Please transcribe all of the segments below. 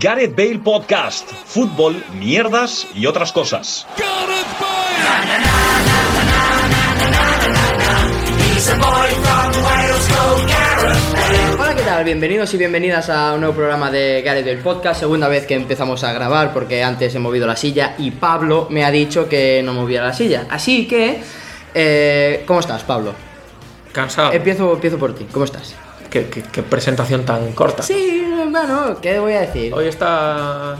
Gareth Bale Podcast, fútbol, mierdas y otras cosas. Hola, ¿qué tal? Bienvenidos y bienvenidas a un nuevo programa de Gareth Bale Podcast. Segunda vez que empezamos a grabar porque antes he movido la silla y Pablo me ha dicho que no moviera la silla. Así que, eh, ¿cómo estás, Pablo? Cansado. Empiezo, empiezo por ti. ¿Cómo estás? ¿Qué, qué- qué presentación tan corta. Sí, hermano, ¿qué voy a decir? Hoy está.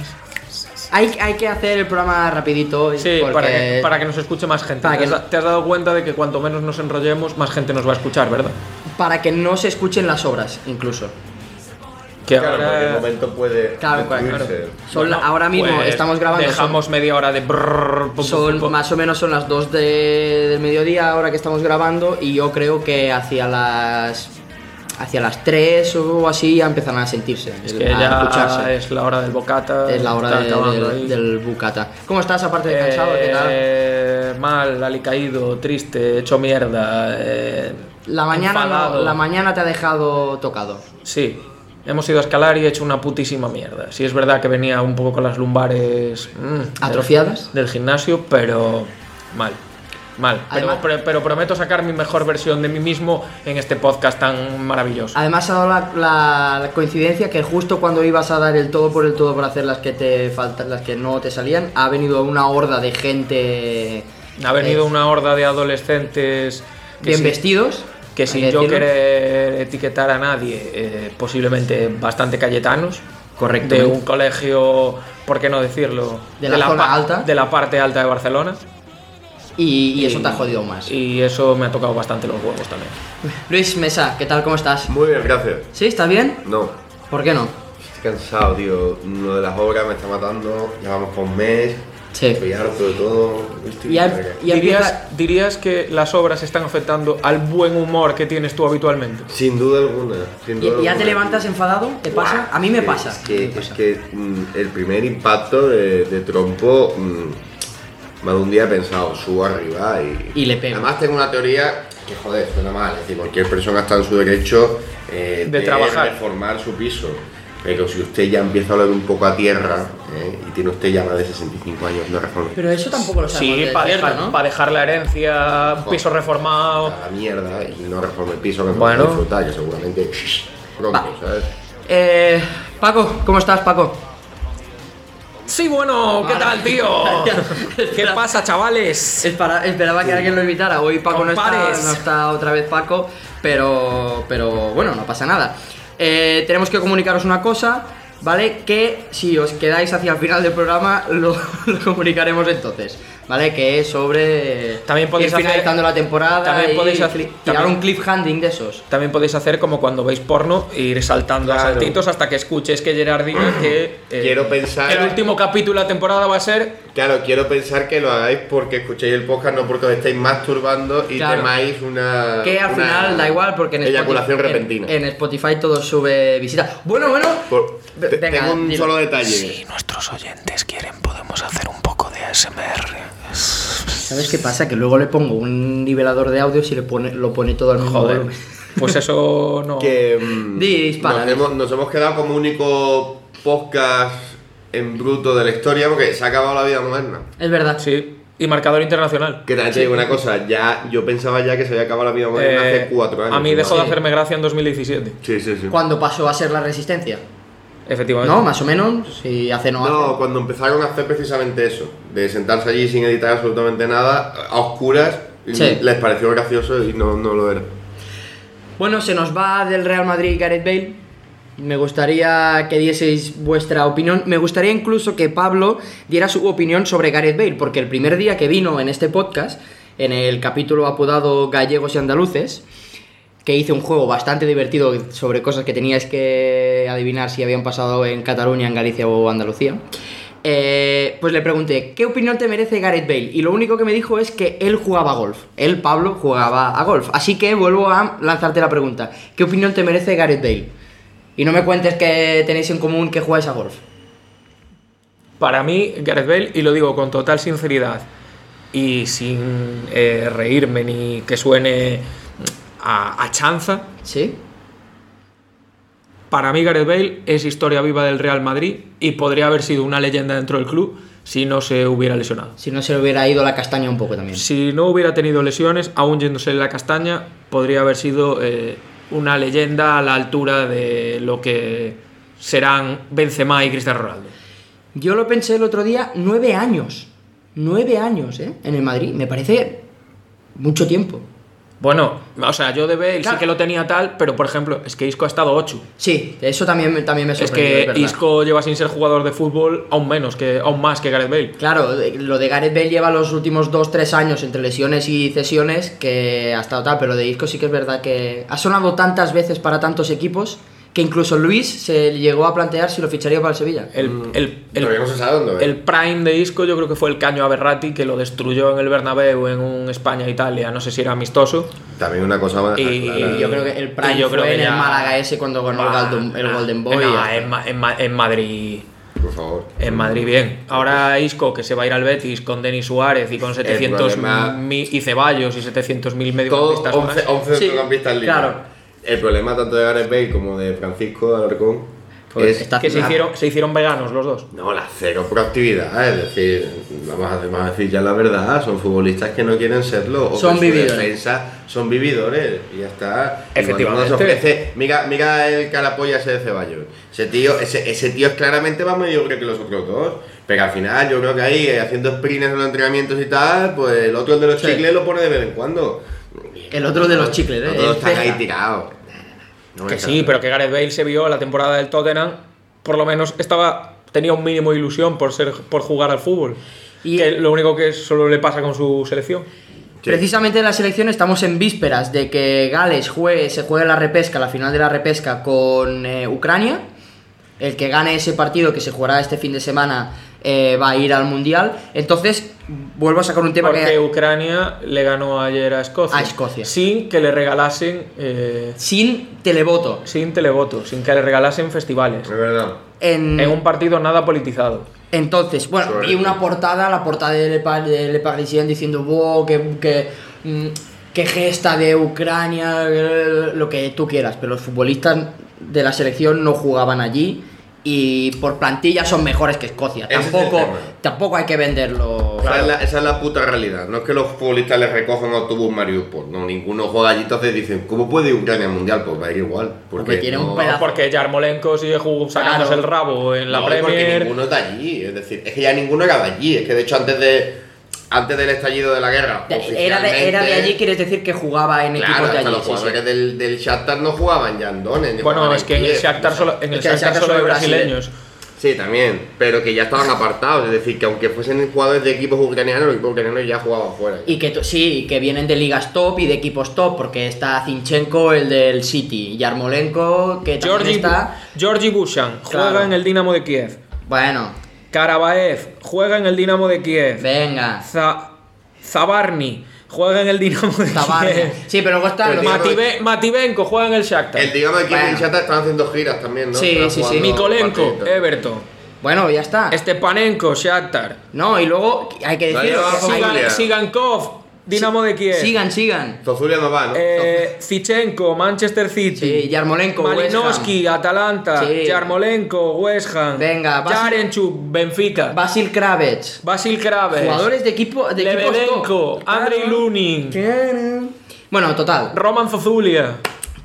Hay, hay que hacer el programa rapidito. Sí, porque- para, que, para que nos escuche más gente. Para ¿Te, que- has, te has dado cuenta de que cuanto menos nos enrollemos, más gente nos va a escuchar, ¿verdad? para que no se escuchen las obras, incluso. Que Claro, en cualquier ahora. momento puede Claro, claro, destruirse. Son la- Bueno, ahora mismo pues estamos grabando. son- Dejamos media hora de. brrrr, pum, pum, Son pum. más o menos son las 2 de- del mediodía ahora que estamos grabando y yo creo que hacia las hacia las 3 o así ya empezarán a sentirse, Es el- que a ya escucharse. es la hora del bocata. Es la hora está de- acabando del, ahí. del bucata. ¿Cómo estás aparte de cansado? ¿Qué tal? Eh, mal, alicaído, triste, hecho mierda. eh, La mañana, no- enfadado. la mañana te ha dejado tocado. Sí, hemos ido a escalar y he hecho una putísima mierda. Sí, es verdad que venía un poco con las lumbares. mm, del- ¿Atrofiadas? Del, gimnasio, pero. mal. Mal. Pero, Además- pero- pero prometo sacar mi mejor versión de mí mismo en este podcast tan maravilloso. Además ha dado la, la- la coincidencia que justo cuando ibas a dar el todo por el todo por hacer las que te faltan, las que no te salían, ha venido una horda de gente Ha venido eh, una horda de adolescentes. que bien sí, vestidos. Que hay sin que yo decirlo. querer etiquetar a nadie, eh, posiblemente bastante cayetanos. Correcto. De un colegio, ¿por qué no decirlo? De la zona pa- alta. De la parte alta de Barcelona. Y, y eso te ha jodido más. Y eso me ha tocado bastante los huevos también. Luis Mesa, ¿qué tal? ¿Cómo estás? Muy bien, gracias. ¿Sí? ¿Estás bien? No, ¿Por qué no? estoy cansado, tío. Lo de las obras me está matando. Ya vamos por un mes. Sí. Estoy harto de todo. Estoy Y verga. al, y al ¿Dirías, vieja- dirías que las obras están afectando al buen humor que tienes tú habitualmente? Sin duda alguna. Sin y- duda y ya te alguna. levantas enfadado? ¿Te pasa? A mí me Es pasa. que- Me es pasa. que mm, el primer impacto de, de trompo. mm, más de un día he pensado, subo arriba y. Y le pego. Además, tengo una teoría que, joder, suena mal. Es decir, cualquier persona está en su derecho eh, De trabajar. reformar su piso. Pero si usted ya empieza a oler un poco a tierra eh, y tiene usted ya más de 65 años, no reforme. Pero eso tampoco lo sabemos. Sí, de para cierto, dejar, ¿no? pa dejar la herencia, un piso reformado. A la mierda y no reforme el piso que no Bueno. va a disfrutar, que seguramente pronto, Va. ¿sabes? Eh, Paco, ¿cómo estás, Paco? Sí, bueno, ¿qué tal, tío? ¿Qué pasa, chavales? Espera- esperaba que alguien lo invitara. Hoy Paco no está, Compares. no está otra vez Paco, pero, pero bueno, no pasa nada. Eh, tenemos que comunicaros una cosa, ¿vale? Que si os quedáis hacia el final del programa, lo, lo comunicaremos entonces, ¿vale? Que es sobre eh, También podéis ir finalizando hacer- la temporada también y podéis hacer- cli- tirar también- un cliffhanding de esos. También podéis hacer como cuando veis porno, ir saltando a Claro. saltitos hasta que escuches que Gerard diga que eh, Quiero pensar- el último capítulo de la temporada va a ser Claro, quiero pensar que lo hagáis porque escuchéis el podcast, no porque os estáis masturbando y Claro. temáis una. Que al una final da igual porque en Eyaculación Spotify, en- repentina. En, Spotify todo sube visitas. Bueno, bueno. Por- Ve- te- venga, tengo un dilo. solo detalle. Si nuestros oyentes quieren, podemos hacer un poco de ASMR. ¿Sabes qué pasa? Que luego le pongo un nivelador de audio y le pone, lo pone todo al mismo joder. volumen. Pues eso no. Que. mm, Di, dispara, nos, di. hemos, nos hemos quedado como único podcast en bruto de la historia porque se ha acabado la vida moderna. Es verdad. Sí. Y marcador internacional. Que también te digo una cosa, ya yo pensaba ya que se había acabado la vida Eh, moderna hace cuatro años. a mí ¿no? dejó de Sí. hacerme gracia en 2017. Sí, sí, sí. Cuando pasó a ser la resistencia. Efectivamente. No, más o menos. Si hace no, No, hace. cuando empezaron a hacer precisamente eso, de sentarse allí sin editar absolutamente nada, a oscuras, y Sí. les pareció gracioso y no, no lo era. Bueno, se nos va del Real Madrid Gareth Bale. Me gustaría que dieseis vuestra opinión. Me gustaría incluso que Pablo diera su opinión sobre Gareth Bale, porque el primer día que vino en este podcast, en el capítulo apodado Gallegos y Andaluces, que hice un juego bastante divertido sobre cosas que teníais que adivinar si habían pasado en Cataluña, en Galicia o Andalucía. eh, pues le pregunté, ¿qué opinión te merece Gareth Bale? Y lo único que me dijo es que él jugaba a golf. Él, Pablo, jugaba a golf. Así que vuelvo a lanzarte la pregunta. ¿Qué opinión te merece Gareth Bale? Y no me cuentes que tenéis en común que jugáis a golf. Para mí, Gareth Bale, y lo digo con total sinceridad y sin eh, reírme ni que suene a, a chanza, ¿Sí? Para mí Gareth Bale es historia viva del Real Madrid y podría haber sido una leyenda dentro del club si no se hubiera lesionado. Si no se le hubiera ido la castaña un poco también. Si no hubiera tenido lesiones, aún yéndose la castaña, podría haber sido eh, una leyenda a la altura de lo que serán Benzema y Cristiano Ronaldo. Yo lo pensé el otro día, nueve años. Nueve años, ¿eh? En el Madrid. Me parece mucho tiempo. Bueno, o sea, yo de Bale Claro. sí que lo tenía tal, pero por ejemplo, es que Isco ha estado 8. Sí, eso también, me- también me Es sorprendió. que verdad. Isco lleva sin ser jugador de fútbol aún menos que aún más que Gareth Bale. Claro, de- lo de Gareth Bale lleva los últimos 2-3 años entre lesiones y cesiones que ha estado tal, pero de Isco sí que es verdad que ha sonado tantas veces para tantos equipos que incluso Luis se llegó a plantear si lo ficharía para el Sevilla. El, el- el- Todavía no se sabe ¿eh? dónde va. el prime de Isco yo creo que fue el caño a Berratti que lo destruyó en el Bernabéu en un España-Italia, no sé si era amistoso. También una cosa más. Y- Y yo creo que el y Prime Eh, yo creo fue que en ya- Ah, el Málaga ese cuando ganó el, Bah, Golden, el nah, Golden Boy. y nah, ya está. en, Ma- en Ma- en Madrid. Por favor. En Madrid, bien. Ahora Isco, que se va a ir al Betis con Denis Suárez y con 700 problema- mil- y Ceballos y 700.000 Todos mediocampistas 11, más. 11 Sí, centrocampistas libres. claro. El problema tanto de Gareth Bale como de Francisco Alarcón Pues es está- Que se hicieron, se hicieron veganos los dos. No, la cero proactividad, es decir, vamos a, vamos a decir ya la verdad, son futbolistas que no quieren serlo. O Son que su vividores. defensa, son vividores, y ya está. Y Efectivamente. cuando uno se ofrece- mira, mira el carapolla ese de Ceballos. Ese tío, ese, ese tío es claramente más mediocre que los otros dos. Pero al final, yo creo que ahí, eh, haciendo sprints en los entrenamientos y tal, pues el otro el de los Sí. chicles lo pone de vez en cuando. El otro de los chicles, ¿eh? No todos El están ahí Ceja. tirados. No me Que está- sí, pero que Gareth Bale se vio la temporada del Tottenham, por lo menos estaba tenía un mínimo de ilusión por ser por jugar al fútbol. Y- que lo único que solo le pasa con su selección. Sí. Precisamente en la selección estamos en vísperas de que Gales juegue, se juegue la repesca, la final de la repesca con eh, Ucrania. El que gane ese partido que se jugará este fin de semana eh, va a ir al Mundial. Entonces, vuelvo a sacar un tema Porque que... Ucrania le ganó ayer a Escocia. A Escocia. Sin que le regalasen eh, Sin televoto. sin televoto, sin que le regalasen festivales. Es verdad. En, En un partido nada politizado. Entonces, bueno, Sobre vi una todo. portada, la portada de Le, Pa- de Le Parisien diciendo, wow, qué, qué, mm, qué gesta de Ucrania, eh, lo que tú quieras, pero los futbolistas de la selección no jugaban allí y por plantilla son mejores que Escocia. Ese es el Tampoco, tema. tampoco hay que venderlo. Esa, es la, esa es la puta realidad. No es que los futbolistas les recojan autobús Mariupol. No, ninguno juega allí. Entonces dicen, ¿cómo puede Ucrania al mundial? Pues va a ir igual. Porque, Porque tiene un no- pedazo- Porque Yarmolenko sigue jugando, sacándose Claro. el rabo en la no, y Porque Premier. ninguno es de allí. Es decir, es que ya ninguno era de allí. Es que de hecho antes de antes del estallido de la guerra. Era de, era de allí, que. quieres decir que jugaba en Claro, equipos de hasta allí. sí, los sí. jugadores del, del Shakhtar no jugaban ya en Donetsk, ni Bueno, jugaban es que en el Kiev. Shakhtar solo, en el Es que el Shakhtar Shakhtar solo hay solo hay brasileños. Sí, también. Pero que ya estaban apartados. Es decir, que aunque fuesen jugadores de equipos ucranianos, los equipos ucranianos ya jugaban fuera. Y que to- sí, y que vienen de ligas top y de equipos top, porque está Zinchenko, el del City, Yarmolenko, que también Georgi, está. Georgi Bushan juega Claro. en el Dinamo de Kiev. Bueno, Karabaev juega en el Dinamo de Kiev. venga. Za- Zabarni juega en el Dinamo de Tabarna. Kiev. Sí, pero luego están Pero los. tío, Matibe- Mativenko juega en el Shakhtar. El Eh, digamos que Bueno. en Chata están haciendo giras también, ¿no? Sí, Están sí, sí. jugando Mikolenko, partiditos. Everton. Bueno, ya está. Estepanenko, Shakhtar. No, y luego hay que Vale, decir. vamos, hay- vamos. Familia. Sigan, Sigankov, Dinamo de Kiev. Sigan, sigan. Zozulia no va, ¿no? Eh, Zichenko, Manchester City. Sí, Yarmolenko, Malinowski, Atalanta. Sí. Yarmolenko, West Ham. Venga, Basil- Yarenchuk, Benfica. Basil Kravets. Basil Kraves. Jugadores de equipo de equipos Lebedenko, top. Andrei Claro. Lunin, Bueno, total. Roman Zozulia,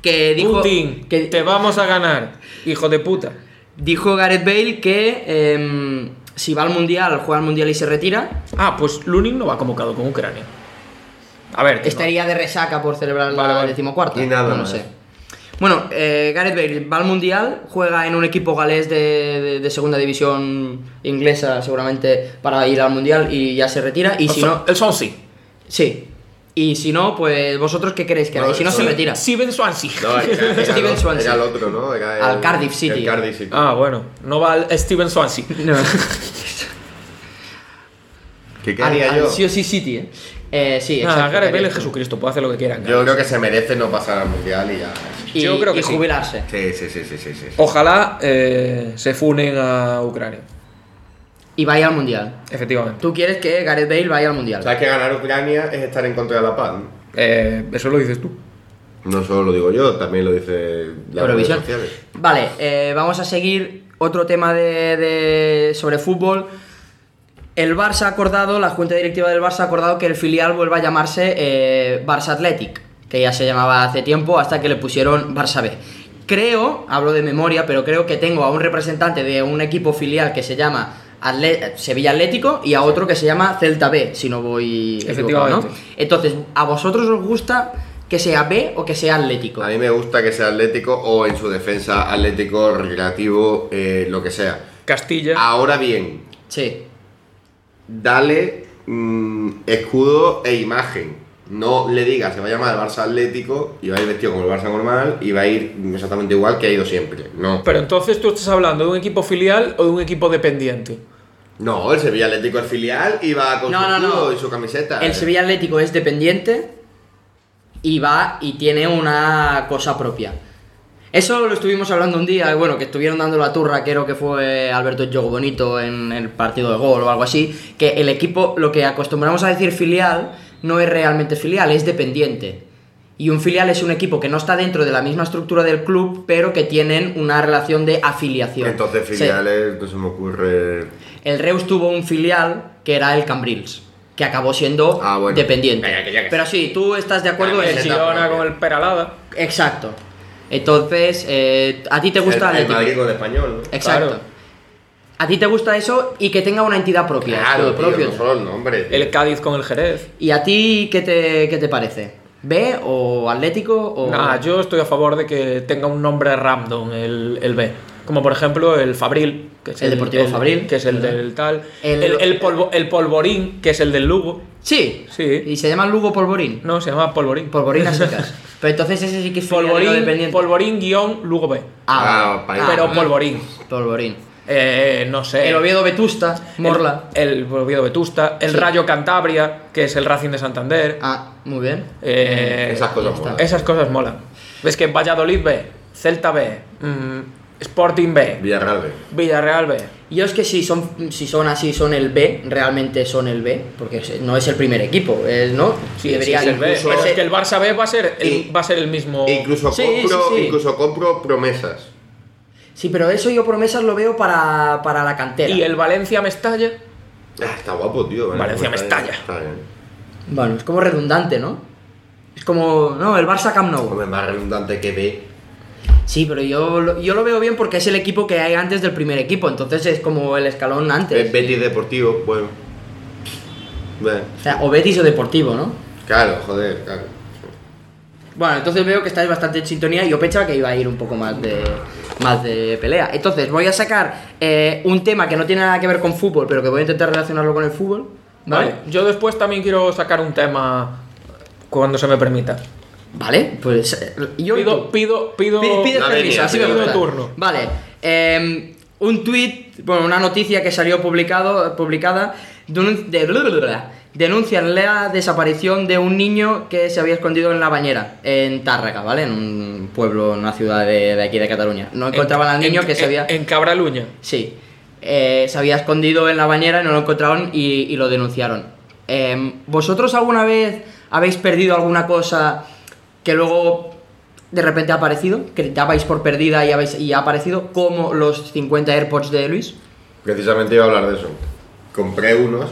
Que dijo. Putin, que- te vamos a ganar, hijo de puta. Dijo Gareth Bale que em, si va al mundial, juega al mundial y se retira, Ah, pues Lunin no va convocado con Ucrania. A ver, que estaría de resaca por celebrar la Vale, vale. decimocuarta. Y nada no lo más. sé. Bueno, eh, Gareth Bale va al mundial, juega en un equipo galés de, de- de segunda división inglesa, seguramente, para ir al mundial y ya se retira. Y no. si El no, Son- el Swansea. sí. Y si no, pues vosotros qué queréis que haga. Y si no, No, se no. retira. Steven Swansea. No, era, era el- Steven Swansea. era el otro, ¿no? Era el, Al Cardiff City. El Cardiff City. Ah, bueno, no va el Steven Swansea. No. ¿Qué Al- haría al yo? sí o sí City, ¿eh? Eh, sí, Nada, exacto, Gareth Bale Gareth. es Jesucristo, puede hacer lo que quieran. Yo creo que se merece no pasar al mundial y ya. Y, Yo creo que y sí. jubilarse. Sí, sí, sí, sí, sí. sí, sí. Ojalá eh, se funen a Ucrania, Y vaya al mundial. efectivamente. Tú quieres que Gareth Bale vaya al mundial. ¿Sabes que ganar Ucrania es estar en contra de la paz? ¿no? Eh, eso lo dices tú. No solo lo digo yo, también lo dice la Eurovisión. Vale, eh, vamos a seguir otro tema de, de- sobre fútbol. El Barça ha acordado, la Junta Directiva del Barça ha acordado que el filial vuelva a llamarse eh, Barça Athletic, que ya se llamaba hace tiempo hasta que le pusieron Barça B. Creo, hablo de memoria, pero creo que tengo a un representante de un equipo filial que se llama Atle- Sevilla Atlético y a otro que se llama Celta B, si no voy equivocado, ¿no? Efectivamente. Entonces, ¿a vosotros os gusta que sea B o que sea Atlético? A mí me gusta que sea Atlético o en su defensa Atlético, relativo, eh, lo que sea. Castilla. Ahora bien, Sí. dale mm, escudo e imagen. No le digas, se va a llamar Barça Atlético y va a ir vestido como el Barça normal y va a ir exactamente igual que ha ido siempre. No. Pero entonces tú estás hablando de un equipo filial o de un equipo dependiente. No, el Sevilla Atlético es filial y va con No, su no, no. escudo y su camiseta. El Sevilla Atlético es dependiente y va y tiene una cosa propia. Eso lo estuvimos hablando un día, bueno, que estuvieron dando la turra, creo que fue Alberto Yogo Bonito en el partido de gol o algo así, que el equipo, lo que acostumbramos a decir filial, no es realmente filial, es dependiente. Y un filial es un equipo que no está dentro de la misma estructura del club, pero que tienen una relación de afiliación. Entonces Se- filiales, no se me ocurre... el Reus tuvo un filial que era el Cambrils, que acabó siendo Ah, bueno. dependiente. Venga, que ya que Pero sí, tú estás de acuerdo Venga, en El Camiseta Girona propia. con el Peralada. Exacto. Entonces, eh, a ti te gusta el, el Atlético. Madrid con el español. ¿no? Exacto. Claro. A ti te gusta eso y que tenga una entidad propia. Claro, escudo tío, propio. no solo el nombre. tío. El Cádiz con el Jerez. ¿Y a ti qué te, qué te parece? ¿B o Atlético o Nah, yo estoy a favor de que tenga un nombre random el, el B. Como por ejemplo el Fabril. Que es El Deportivo Fabril, Que es el ¿verdad? del tal. El- El, el polvo- el Polvorín, que es el del Lugo. Sí. Sí. Y se llama Lugo Polvorín. No, se llama Polvorín. Polvorín a secas. Pero entonces ese sí que es filial y no Polvorín, dependiente. Polvorín guión Lugo B. Ah, Ah, vale. para- Pero Ah, Polvorín. Polvorín. Eh, no sé. El Oviedo Vetusta, Morla. El, el Oviedo Vetusta. El Sí. Rayo Cantabria, que es el Racing de Santander. Ah, muy bien. Eh, Esas cosas molan. Esas cosas molan. Ves que Valladolid B, Celta B, mm, Sporting B, Villarreal. B. Villarreal B. Yo es que si son, si son así, son el B, realmente son el B, porque es- no es el primer equipo, eh, ¿no? Sí, sí, es el B. incluso- Pero es que el Barça B va a ser el, Y- va a ser el mismo. E incluso, Oh. Sí, compro, sí, sí. incluso compro promesas. Sí, pero eso yo promesas lo veo para, para la cantera. y el Valencia Mestalla. Ah, está guapo, tío. vale, Valencia pues me está bien, estalla. Está bien. Bueno, es como redundante, ¿no? Es como, no, el Barça Camp Nou. Hombre, más redundante que B. Sí, pero yo, lo- yo lo veo bien porque es el equipo que hay antes del primer equipo, entonces es como el escalón antes. Es Betis Deportivo, bueno. Bueno, o, sea, o Betis o Deportivo, ¿no? claro, joder, claro. Bueno, entonces veo que estáis bastante en sintonía y yo pensaba que iba a ir un poco más de, más de pelea. Entonces voy a sacar eh, un tema que no tiene nada que ver con fútbol, pero que voy a intentar relacionarlo con el fútbol. ¿vale? ¿Vale? Yo después también quiero sacar un tema cuando se me permita. Vale, pues eh, yo... Pido, pido, pido. Pi- pides La permiso, venia, así me pido gusta. turno. Vale, eh, un tweet, bueno, una noticia que salió publicado, publicada, denun- de- blablabla, denuncia la desaparición de un niño que se había escondido en la bañera, en Tárraga, ¿vale? En un pueblo, en una ciudad de, de aquí de Cataluña. No encontraban al niño en- que se había... En, en Cabraluña. Sí. Eh, se había escondido en la bañera y no lo encontraron y, y lo denunciaron. Em, ¿Vosotros alguna vez habéis perdido alguna cosa que luego de repente ha aparecido? ¿Que dabais por perdida y, habéis, y ha aparecido? Como los 50 AirPods de Luis. Precisamente iba a hablar de eso. Compré unos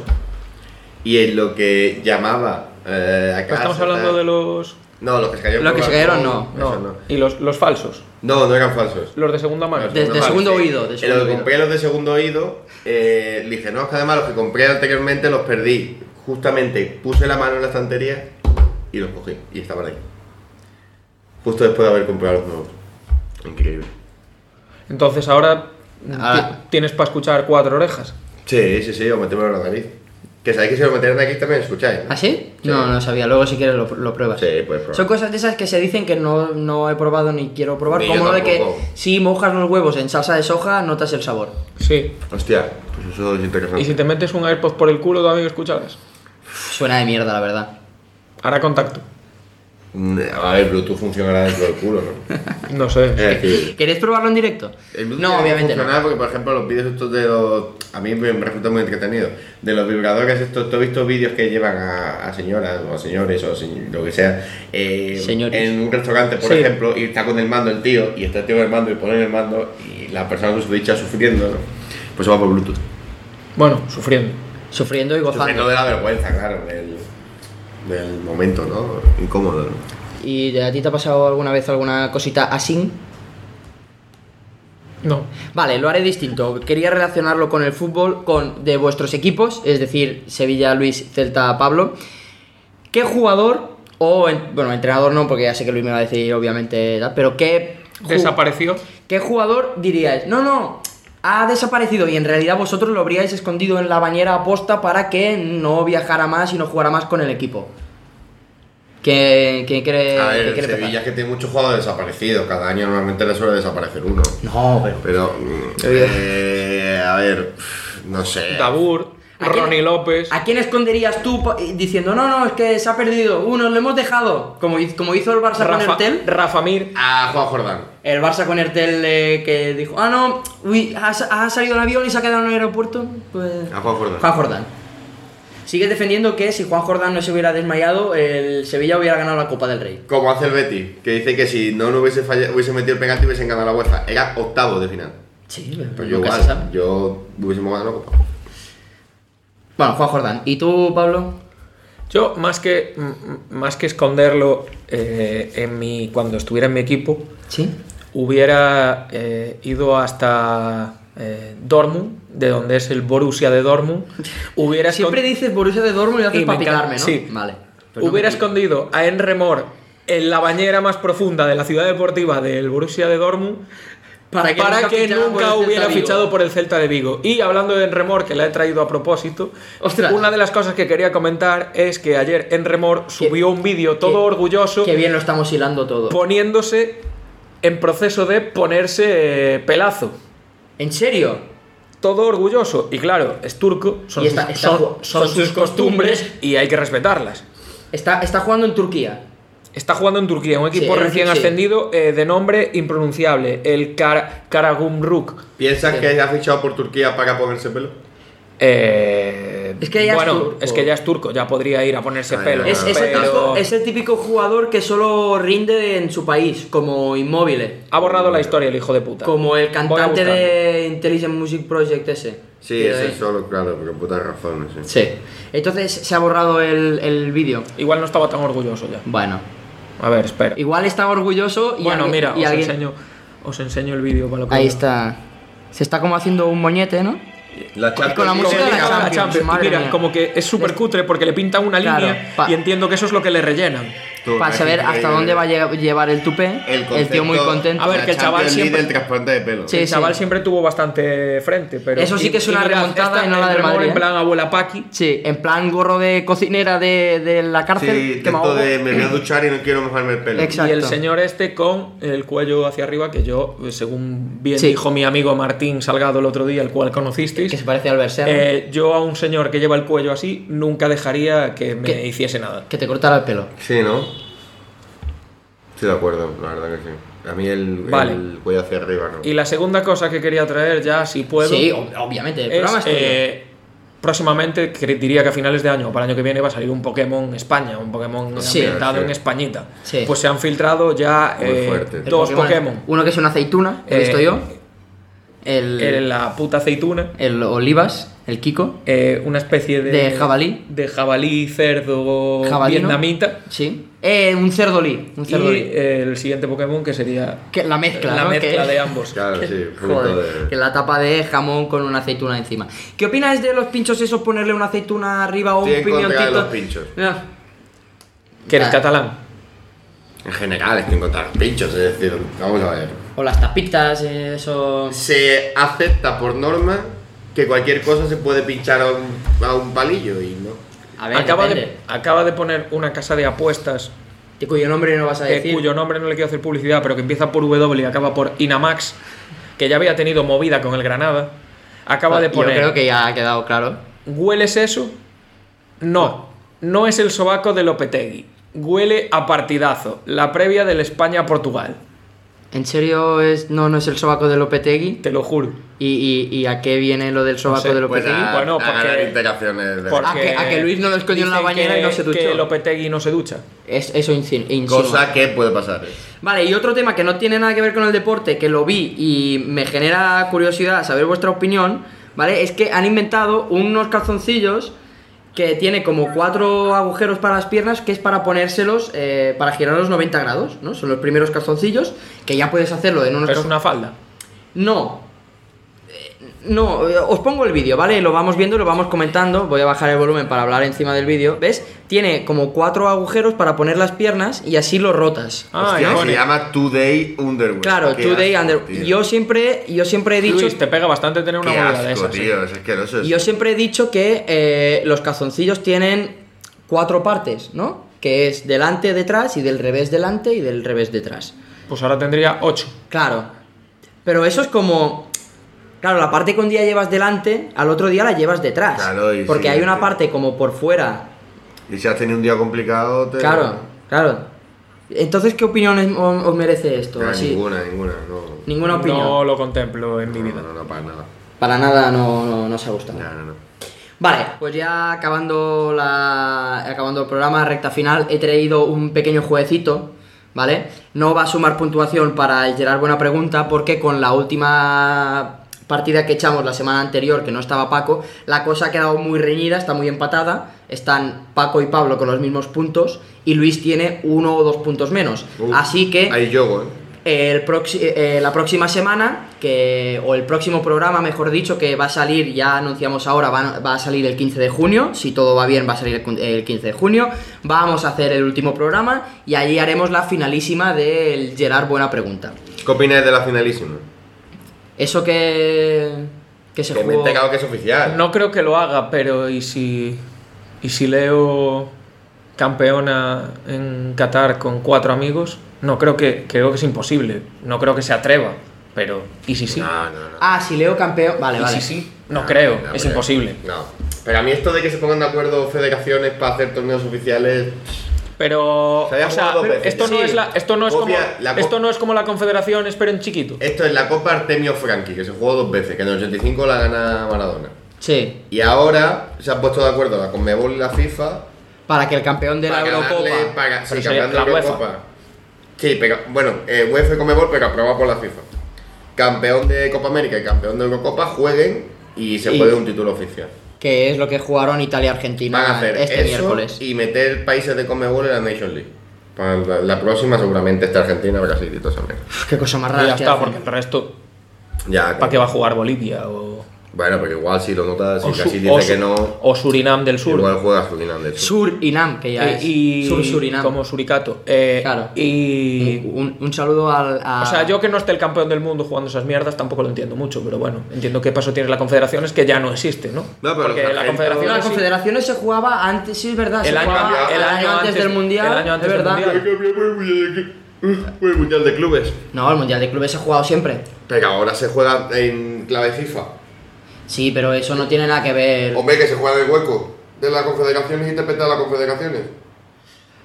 y en lo que llamaba eh, a Pero casa, Estamos hablando tal. de los. No, los que se cayeron. Los por que se balcón, cayeron, no, eso No. Y los, los falsos. No, no eran falsos. Los de segunda mano. Los De- segundos, segundo vale, sí. oído, de Eh, segundo los que oído. compré los de segundo oído, eh, le dije, no, es que además los que compré anteriormente los perdí. Justamente puse la mano en la estantería y los cogí. Y estaban ahí. Justo después de haber comprado los nuevos. Increíble. Entonces ahora Ahora- ti- tienes para escuchar cuatro orejas. Sí, sí, sí, o metérmelo en la nariz. Que sabéis que si lo metéis en la nariz también escucháis. ¿no? ¿Ah, sí? Sí. No, no lo sabía. Luego si quieres lo, lo pruebas. Sí, pues, puedes probar. Son cosas de esas que se dicen que no, no he probado ni quiero probar. Ni yo como lo de que tampoco. si mojas los huevos en salsa de soja, notas el sabor. Sí. Hostia, pues eso es interesante. Y si te metes un AirPod por el culo, también escucharás. Suena de mierda, la verdad. Hará contacto. Mm, A ver, Bluetooth funcionará dentro del culo, ¿no? No sé. Es decir, ¿Queréis probarlo en directo? el Bluetooth No, tiene que obviamente no. funcionar porque, por ejemplo, los vídeos estos de los... A mí me me resulta muy entretenido. De los vibradores estos, ¿tú has visto vídeos que llevan a, a señoras o a señores o señ- lo que sea? eh, Señores. En un restaurante, por Sí. ejemplo, y está con el mando el tío, y está el tío con el mando y ponen el mando, y la persona que se dicha sufriendo, ¿no? Pues se va por Bluetooth. Bueno, sufriendo. Sufriendo y Sufriendo gozando. de la vergüenza, claro, del, del momento, ¿no? Incómodo, ¿no? ¿Y a ti te ha pasado alguna vez alguna cosita así? No. Vale, lo haré distinto. Quería relacionarlo con el fútbol, con de vuestros equipos, es decir, Sevilla, Luis, Celta, Pablo. ¿Qué jugador o en- bueno, entrenador no, porque ya sé que Luis me va a decir obviamente, tal, pero qué ju- Desapareció. qué jugador diríais? No, no, ha desaparecido y en realidad vosotros lo habríais escondido en la bañera aposta para que no viajara más y no jugara más con el equipo. ¿Qué, qué quiere, A ver, Eh, qué el quiere Sevilla empezar? es que tiene muchos jugadores desaparecidos. Cada año normalmente le suele desaparecer uno. No, pero Pero, mm, eh, a ver, no sé. Dabur, ¿A quién- Ronnie López. ¿A quién esconderías tú po- eh, diciendo, no, no, es que se ha perdido, uno, lo hemos dejado? Como, hiz- como hizo el Barça con Rafa, Ertel. Rafa Mir. A Juan Jordán. El Barça con Ertel eh, que dijo, ah, no, uy, ha, sa- ha salido el avión y se ha quedado en el aeropuerto. Pues... A Juan Jordán. Juan Jordán. Sigue defendiendo que si Juan Jordán no se hubiera desmayado, el Sevilla hubiera ganado la Copa del Rey. Como hace el Betty, que dice que si no, no hubiese, falla- hubiese metido el penalti hubiesen ganado la UEFA. Era octavo de final. Sí, Pero pero yo nunca se Pues igual, sabe. yo hubiésemos ganado la Copa. Bueno, Juan Jordán. ¿Y tú, Pablo? Yo, más que, mm, más que esconderlo eh, en mi, cuando estuviera en mi equipo, Sí. hubiera eh, ido hasta eh, Dortmund, de donde es el Borussia de Dortmund, hubiera, escon- Siempre dices Borussia de Dortmund y lo haces Y me para encanta- picarme, ¿no? sí. Vale. Pero no hubiera me piques. escondido a Enremor en la bañera más profunda de la ciudad deportiva del Borussia de Dortmund Para que nunca fichara por el Celta hubiera Vigo. fichado por el Celta de Vigo. Y hablando de Enremor, que la he traído a propósito, Ostras. una de las cosas que quería comentar es que ayer Enremor subió un vídeo todo qué- orgulloso Qué bien lo estamos hilando todo. poniéndose en proceso de ponerse eh, pelazo. ¿En serio? todo orgulloso. Y claro, es turco, son, Y está- sus- está son- ju- son sus costumbres y hay que respetarlas. Está, está jugando en Turquía. Está jugando en Turquía, un equipo Sí, era- recién sí. ascendido eh, de nombre impronunciable, el Kar Karagumruk. ¿Piensas Sí. que ha fichado por Turquía para ponerse pelo? Eh, Es que ya es bueno, turco. es que ya es turco, ya podría ir a ponerse Ah, pelo. ya. Es, es el pero- típico, es el típico jugador que solo rinde en su país, como inmóvil. Ha borrado la historia el hijo de puta. Como el Voy a cantante buscarlo. de Intelligent Music Project ese. Sí, Que eso hay. es solo, claro, porque puta razón. Sí. Sí. Entonces se ha borrado el, el vídeo. Igual no estaba tan orgulloso ya. Bueno. A ver, espera. Igual estaba orgulloso y bueno, alguien- mira, y os alguien- enseño, os enseño el vídeo para lo que Ahí veo. está. Se está como haciendo un moñete, ¿no? La Champions con la League- música de la Liga, Champions, Y madre mira, mía. como que es súper cutre porque le pintan una Claro, línea pa- y entiendo que eso es lo que le rellenan. Tú, Para es saber hasta increíble. dónde va a lle- llevar el tupé. El, tío muy contento. A ver, la que el chaval Champions League siempre- del trasplante de pelo. Sí. el chaval siempre tuvo bastante frente, pero. Eso sí que es y- y una mirad, remontada esta y no la del remor Madrid, En ¿eh? plan, abuela Paqui. Sí, en plan gorro de cocinera de, de la cárcel. Sí, que me esto ahogo. de me voy a duchar y no quiero mojarme el pelo. Exacto. Y el señor este con el cuello hacia arriba, que yo, eh, según bien Sí. dijo mi amigo Martín Salgado el otro día, el cual Que conocisteis, se parece al Berserk. eh, yo a un señor que lleva el cuello así nunca dejaría que me ¿Qué? hiciese nada. Que te cortara el pelo. Sí, ¿no? Estoy de acuerdo, la verdad que sí. A mí el, Vale. el cuello hacia arriba, ¿no? Y la segunda cosa que quería traer, ya si puedo. Sí, ob- obviamente. El es, programa es tuyo. eh, próximamente, que diría que a finales de año o para el año que viene va a salir un Pokémon España, un Pokémon Sí. ambientado Sí. en Españita. Sí. Pues se han filtrado ya Muy eh, fuerte. El dos Pokémon. Uno que es una aceituna, que he Eh, visto yo. El, Eh, el, la puta aceituna, Olivas, el Kiko. eh, una especie de, De jabalí. de jabalí, cerdo, Jabalino. vietnamita. Sí. Eh, un cerdolí. Un Y cerdolí. eh, el siguiente Pokémon que sería Que la mezcla, la ¿no? mezcla Que- de ambos. Claro, sí, un poquito Joder, que de... la tapa de jamón con una aceituna encima. ¿Qué opinas de los pinchos esos ponerle una aceituna arriba o Estoy un en contra de pimientito? los pinchos. Ya. Que eres Ah. catalán. En general, estoy en contra de los pinchos, es decir, vamos a ver. O las tapitas, eh, eso. Se acepta por norma que cualquier cosa se puede pinchar a un, a un palillo y no. A ver, acaba, de, depende. acaba de poner una casa de apuestas De cuyo nombre no vas a eh, decir. cuyo nombre no le quiero hacer publicidad, pero que empieza por W y acaba por Inamax, que ya había tenido movida con el Granada, acaba de poner. Ah, Yo creo que ya ha quedado claro. ¿Hueles eso? No, no es el sobaco de Lopetegui. Huele a partidazo. La previa del España-Portugal. ¿En serio es, no, no es el sobaco de Lopetegui? Te lo juro. ¿Y, y, y a qué viene lo del sobaco sé, de Pues Lopetegui? a, Bueno, a porque- ganar integraciones de Porque Ah, que- ah, que Luis no lo escondió en la dicen bañera que- y no se duchó. Que Lopetegui no se ducha. Es- eso insin- insinúa. Cosa que puede pasar. Vale, y otro tema que no tiene nada que ver con el deporte, que lo vi y me genera curiosidad saber vuestra opinión, ¿vale? Es que han inventado unos calzoncillos que tiene como cuatro agujeros para las piernas, que es para ponérselos, eh, para girarlos 90 grados, ¿no? Son los primeros calzoncillos, que ya puedes hacerlo en unos... Pero es calzon- una falda. No. Eh, No, eh, os pongo el vídeo, ¿vale? Lo vamos viendo, lo vamos comentando. Voy a bajar el volumen para hablar encima del vídeo. ¿Ves? Tiene como cuatro agujeros para poner las piernas y así lo rotas. Ah, Hostia, ya se pone. llama Today Underwear. Claro, pues Qué Today asco, Under. tío. Yo siempre, yo siempre he dicho, Luis, te pega bastante tener una Qué moneda de asco, esas. ¿eh? sí. tío. Es asqueroso. eso. eh. yo siempre he dicho que eh, los calzoncillos tienen cuatro partes, ¿no? Que es delante, detrás y del revés delante y del revés detrás. Pues ahora tendría 8. Claro. Pero eso es como. Claro, la parte que un día llevas delante, al otro día la llevas detrás. Claro, y porque sí, hay una sí. parte como por fuera. Y si has tenido un día complicado, te. Claro, claro. Entonces, ¿qué opinión es- o- os merece esto? Claro, Así, Ninguna, ninguna. No. ninguna opinión. No lo contemplo en mi No, vida. no, no, para nada. Para nada no, no, no se ha gustado. Ya, no, no. Vale, pues ya acabando, la, acabando el programa, recta final, he traído un pequeño jueguecito, ¿vale? No va a sumar puntuación para el Gerard Buena Pregunta, porque con la última partida que echamos la semana anterior, que no estaba Paco, la cosa ha quedado muy reñida, está muy empatada, están Paco y Pablo con los mismos puntos, y Luis tiene uno o dos puntos menos. Uh, Así que... Hay yogo, ¿eh? El proxi- eh, la próxima semana, que, o el próximo programa, mejor dicho, que va a salir, ya anunciamos ahora, va, va a salir el 15 de junio. Si todo va bien, va a salir el, cun- el 15 de junio. Vamos a hacer el último programa y allí haremos la finalísima del Gerard Buena Pregunta. ¿Qué opináis de la finalísima? Eso que. que se Que me he jugó. enterado que es oficial. No creo que lo haga, pero ¿y si, y si leo campeona en Qatar con cuatro amigos? No creo que, creo que es imposible. No creo que se atreva. Pero ¿y si sí? no, no. no. Ah, si leo campeón. Vale, ¿Y vale. si sí? No creo. No, es pero- imposible. No. Pero a mí esto de que se pongan de acuerdo federaciones para hacer torneos oficiales. Pero Se había o sea, jugado dos veces. esto no Sí. es la esto no es como Copia la co- esto no es como la Confederación, espero en chiquito. Esto es la Copa Artemio Franchi, que se jugó dos veces, que en el 85 la gana Maradona. Sí. Y ahora se han puesto de acuerdo la Conmebol y la FIFA Para que el campeón de la para Eurocopa. ganarle- para- sí, Pero campeón de sería la la Eurocopa. Sí, pero bueno, eh, UEFA y Conmebol, pero aprobado por la FIFA. Campeón de Copa América y campeón de Eurocopa jueguen y se Y- juegue un título oficial. Que es lo que jugaron Italia y Argentina Van a hacer este eso miércoles. y meter países de Conmebol en la Nation League. Para la, la próxima seguramente está Argentina, Brasil y toda esa mierda. Qué cosa más Y Ah, rara. ya que está, hacen. porque el resto Ya, para qué va a jugar Bolivia o Bueno, pero igual si lo notas, si o, casi Su- dice o Su- que no, o Surinam del Sur. igual juega Surinam de hecho. Sur Inam, que ya Eh, es. y Sur Surinam. como Suricato. Eh, Claro. Mm. Y Un, un saludo al. a- o sea, yo que no esté el campeón del mundo jugando esas mierdas tampoco lo entiendo mucho, pero bueno, entiendo que paso tiene la Confederación es que ya no existe, ¿no? pero Porque los la argentinos- No, Confederación las es- confederaciones se jugaba antes, sí es verdad, El se año- jugaba el año antes- del mundial. el año antes es del verdad. Mundial. el mundial de clubes. No, el mundial de clubes se ha jugado siempre. Pero ahora se juega en clave FIFA. Sí, pero eso no tiene nada que ver. Hombre, que se juega en el hueco de las confederaciones interpreta las confederaciones.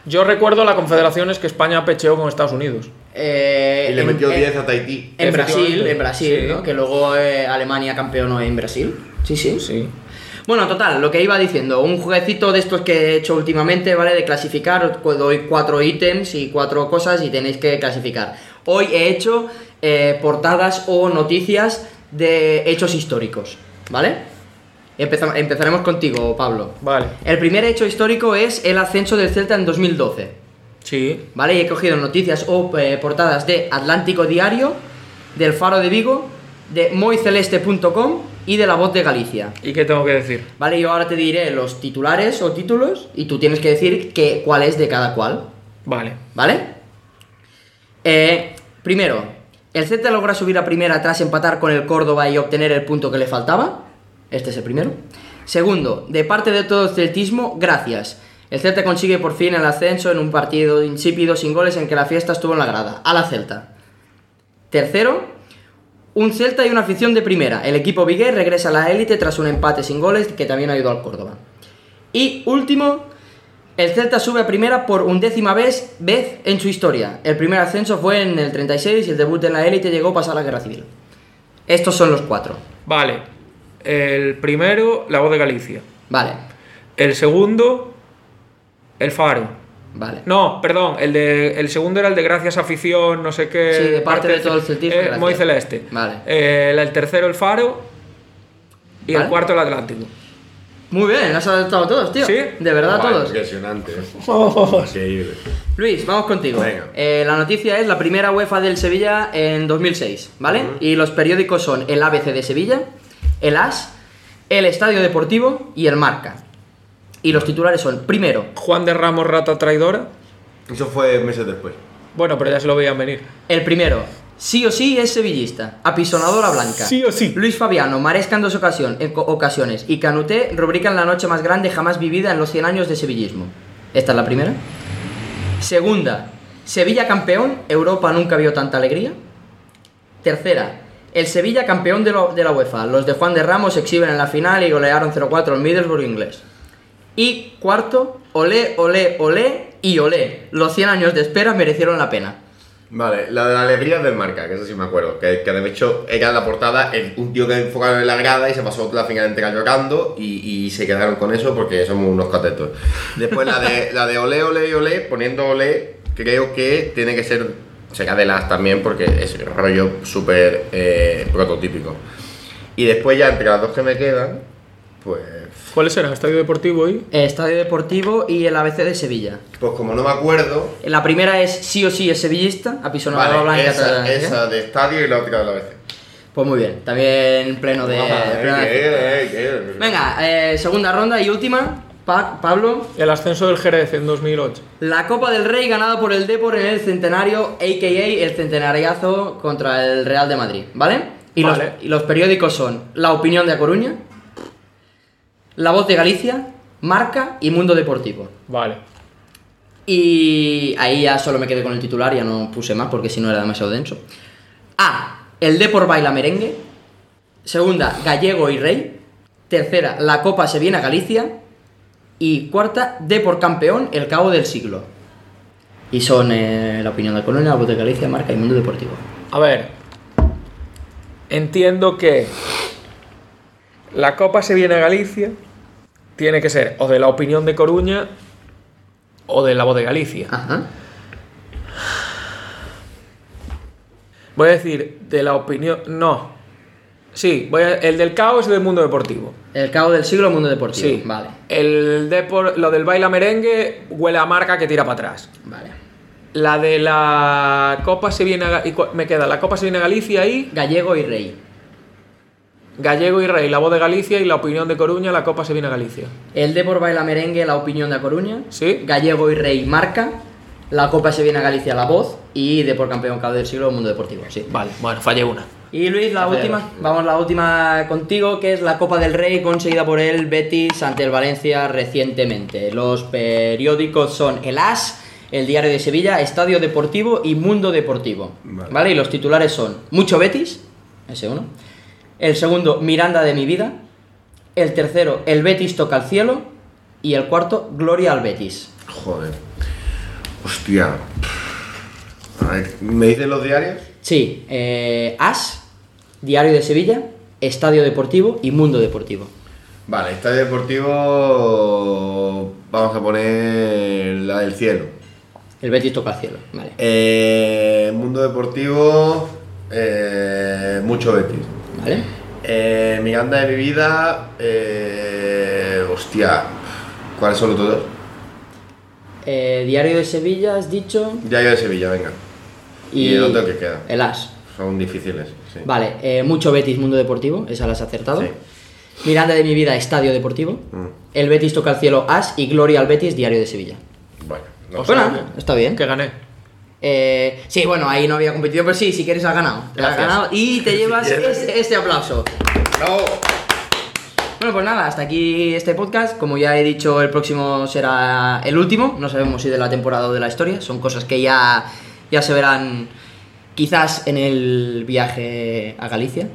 Yo recuerdo la Confederación es que España pecheó con Estados Unidos. Eh, Y le en- metió en- 10 a Tahití. En Brasil, en Brasil, Sí. ¿no? Que luego eh, Alemania campeonó en Brasil. Sí, sí. Sí. Bueno, total, lo que iba diciendo, un jueguecito de estos que he hecho últimamente, ¿vale? De clasificar, os cu- doy cuatro ítems y cuatro cosas y tenéis que clasificar. Hoy he hecho eh, portadas o noticias de hechos históricos, ¿vale? Empeza- empezaremos contigo, Pablo. Vale. El primer hecho histórico es el ascenso del Celta en 2012, Sí. ¿vale? Y he cogido noticias o eh, portadas de Atlántico Diario, del Faro de Vigo, de moyceleste.com y de La Voz de Galicia. ¿Y qué tengo que decir? Vale, yo ahora te diré los titulares o títulos y tú tienes que decir que, cuál es de cada cual, Vale. ¿vale? Eh, primero, ¿el Celta logra subir a primera tras empatar con el Córdoba y obtener el punto que le faltaba? Este es el primero. Segundo, de parte de todo el celtismo, gracias. El Celta consigue por fin el ascenso en un partido insípido sin goles en que la fiesta estuvo en la grada. A la Celta. Tercero, un Celta y una afición de primera. El equipo Vigués regresa a la élite tras un empate sin goles que también ayudó al Córdoba. Y último, El Celta sube a primera por undécima vez, vez en su historia. El primer ascenso fue en el 36 y el debut en la élite llegó a pasar la guerra civil. Estos son los cuatro. Vale. El primero, La Voz de Galicia. Vale, El segundo, El Faro. vale. No, perdón, el, de, el segundo era el de Gracias Afición, no sé qué. Sí, de parte de todo el celtismo, eh, gracias. muy celeste. Vale. Eh, el, el tercero, El Faro. Y Vale. el cuarto, El Atlántico. Muy bien, has adaptado todos, tío. ¿Sí? De verdad, Guau, todos. Impresionante. ¿eh? Increíble. Luis, vamos contigo. Venga. Eh, la noticia es la primera UEFA del Sevilla en 2006, ¿vale? Y los periódicos son el ABC de Sevilla, el AS, el Estadio Deportivo y el Marca. Y los titulares son, primero, Juan de Ramos, Rata Traidora. Eso fue meses después. Bueno, pero ya se lo veían venir. el primero, sí o sí es sevillista, apisonadora blanca. Sí o sí. Luis Fabiano, Maresca en dos ocasión- en co- ocasiones y Canuté rubrican la noche más grande jamás vivida en los 100 años de sevillismo. Esta es la primera. Segunda, Sevilla campeón, Europa nunca vio tanta alegría. Tercera, el Sevilla campeón de, lo- de la UEFA. Los de Juan de Ramos se exhiben en la final y golearon 0-4 al Middlesbrough inglés. Y cuarto, olé, olé, olé y olé. Los 100 años de espera merecieron la pena. Vale, la de la alegría del marca, que eso sí me acuerdo. Que, que de hecho era la portada, el- un tío que enfocaron en la grada y se pasó la final entera llorando y, y se quedaron con eso porque somos unos catetos. Después la de, la de ole, ole, ole, poniendo ole, creo que tiene que ser, será de las también porque es rollo súper eh, prototípico. Y después ya entre las dos que me quedan, pues, ¿Cuáles eran? Estadio Deportivo y. Eh, Estadio Deportivo y el ABC de Sevilla. pues como no me acuerdo, La primera es sí o sí es sevillista, apisonadora vale, blanca. tal, esa, tal, esa de estadio y la otra de la vez. Pues muy bien, también pleno de... pleno de- Venga, eh, segunda ronda y última, Pa- Pablo. El ascenso del Jerez en 2008. La Copa del Rey ganada por el Depor en el centenario, a.k.a. el centenariazo contra el Real de Madrid, ¿vale? Y, Vale. Los, y los periódicos son La Opinión de A Coruña, La Voz de Galicia, Marca y Mundo Deportivo. Vale. Y ahí ya solo me quedé con el titular, ya no puse más porque si no era demasiado denso. A. El Depor baila merengue. Segunda, Gallego y Rey. Tercera, la Copa se viene a Galicia. Y cuarta, Depor campeón, el cabo del siglo. Y son eh, la opinión de Colonia, la voz de Galicia, Marca y Mundo Deportivo. A ver. Entiendo que. La Copa se viene a Galicia. Tiene que ser o de la opinión de Coruña o de la voz de Galicia. Ajá. Voy a decir de la opinión. No. Sí, voy a- el del caos y del mundo deportivo. El cabo del siglo, Mundo Deportivo. Sí. Vale. El depor, lo del baila merengue huele a marca que tira para atrás. Vale. La de la Copa se viene a, Ga- y cua- me queda la Copa se viene a Galicia y Gallego y Rey. Gallego y Rey, la voz de Galicia y la opinión de Coruña, la Copa se viene a Galicia. El Depor baila merengue, la opinión de A Coruña. Sí. Gallego y Rey marca. La Copa se viene a Galicia la voz. Y Depor campeón cabo del siglo mundo deportivo. Sí. Vale, bueno, fallé una. Y Luis, la Vale. última. Vamos la última contigo, que es la Copa del Rey conseguida por el Betis ante el Valencia recientemente. Los periódicos son El As, El Diario de Sevilla, Estadio Deportivo y Mundo Deportivo. Vale. Vale. Y los titulares son Mucho Betis, ese uno. El segundo, Miranda de mi vida. El tercero, El Betis toca el cielo. Y el cuarto, Gloria al Betis. Joder. Hostia. A ver, ¿me dicen los diarios? Sí, eh, As, Diario de Sevilla, Estadio Deportivo y Mundo Deportivo. Vale, Estadio Deportivo. Vamos a poner la del cielo. El Betis toca el cielo, vale. Eh, mundo Deportivo. eh, mucho Betis. ¿Vale? Eh, Miranda de mi vida. eh, hostia. ¿Cuáles son los otros? dos? Eh, Diario de Sevilla, has dicho. Diario de Sevilla, venga. Y, Y el otro que queda. El As. Son difíciles. sí. Vale, eh, mucho Betis, Mundo Deportivo, esa la has acertado. Sí. Miranda de mi vida, Estadio Deportivo. Mm. El Betis toca el cielo, As. Y Gloria al Betis, Diario de Sevilla. Bueno, no sé. bueno, está bien. Que gané. Eh, sí, bueno, ahí no había competido, pero sí, si quieres has ganado. Has Gracias. ganado y te llevas quieres. este, este aplauso. ¡Bravo! Bueno, pues nada, hasta aquí este podcast. Como ya he dicho, el próximo será el último. No sabemos si de la temporada o de la historia. Son cosas que ya, ya se verán quizás en el viaje a Galicia.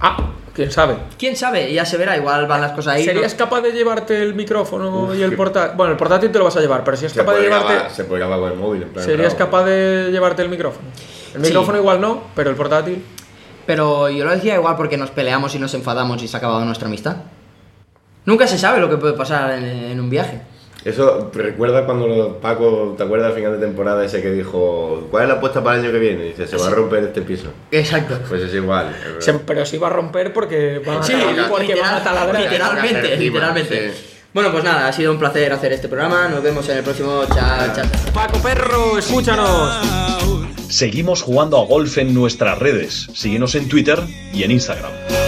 Ah, ¿Quién sabe? ¿Quién sabe? Ya se verá, igual van las cosas ahí. ¿no? ¿Serías capaz de llevarte el micrófono Uf, y el qué- portátil? Bueno, el portátil te lo vas a llevar, pero si es Se capaz de puede, llevarte. grabar, se puede grabar con el móvil. En plan, ¿Serías grabo. capaz de llevarte el micrófono? El Sí. micrófono igual no, pero el portátil. Pero yo lo decía igual porque nos peleamos y nos enfadamos y se ha acabado nuestra amistad. Nunca se sabe lo que puede pasar en, en un viaje. Eso recuerda cuando lo- Paco, ¿te acuerdas al final de temporada ese que dijo, ¿cuál es la apuesta para el año que viene? Y dice, se va a romper este piso. Exacto. Pues es igual. es verdad. Se- pero si va a romper porque va Sí, a, porque literal- va a taladrar. Hacer literalmente, encima, literalmente. sí. Bueno, pues nada, ha sido un placer hacer este programa. Nos vemos en el próximo. Chao, chao. chao. Paco Perro, escúchanos. Seguimos jugando a golf en nuestras redes. Síguenos en Twitter y en Instagram.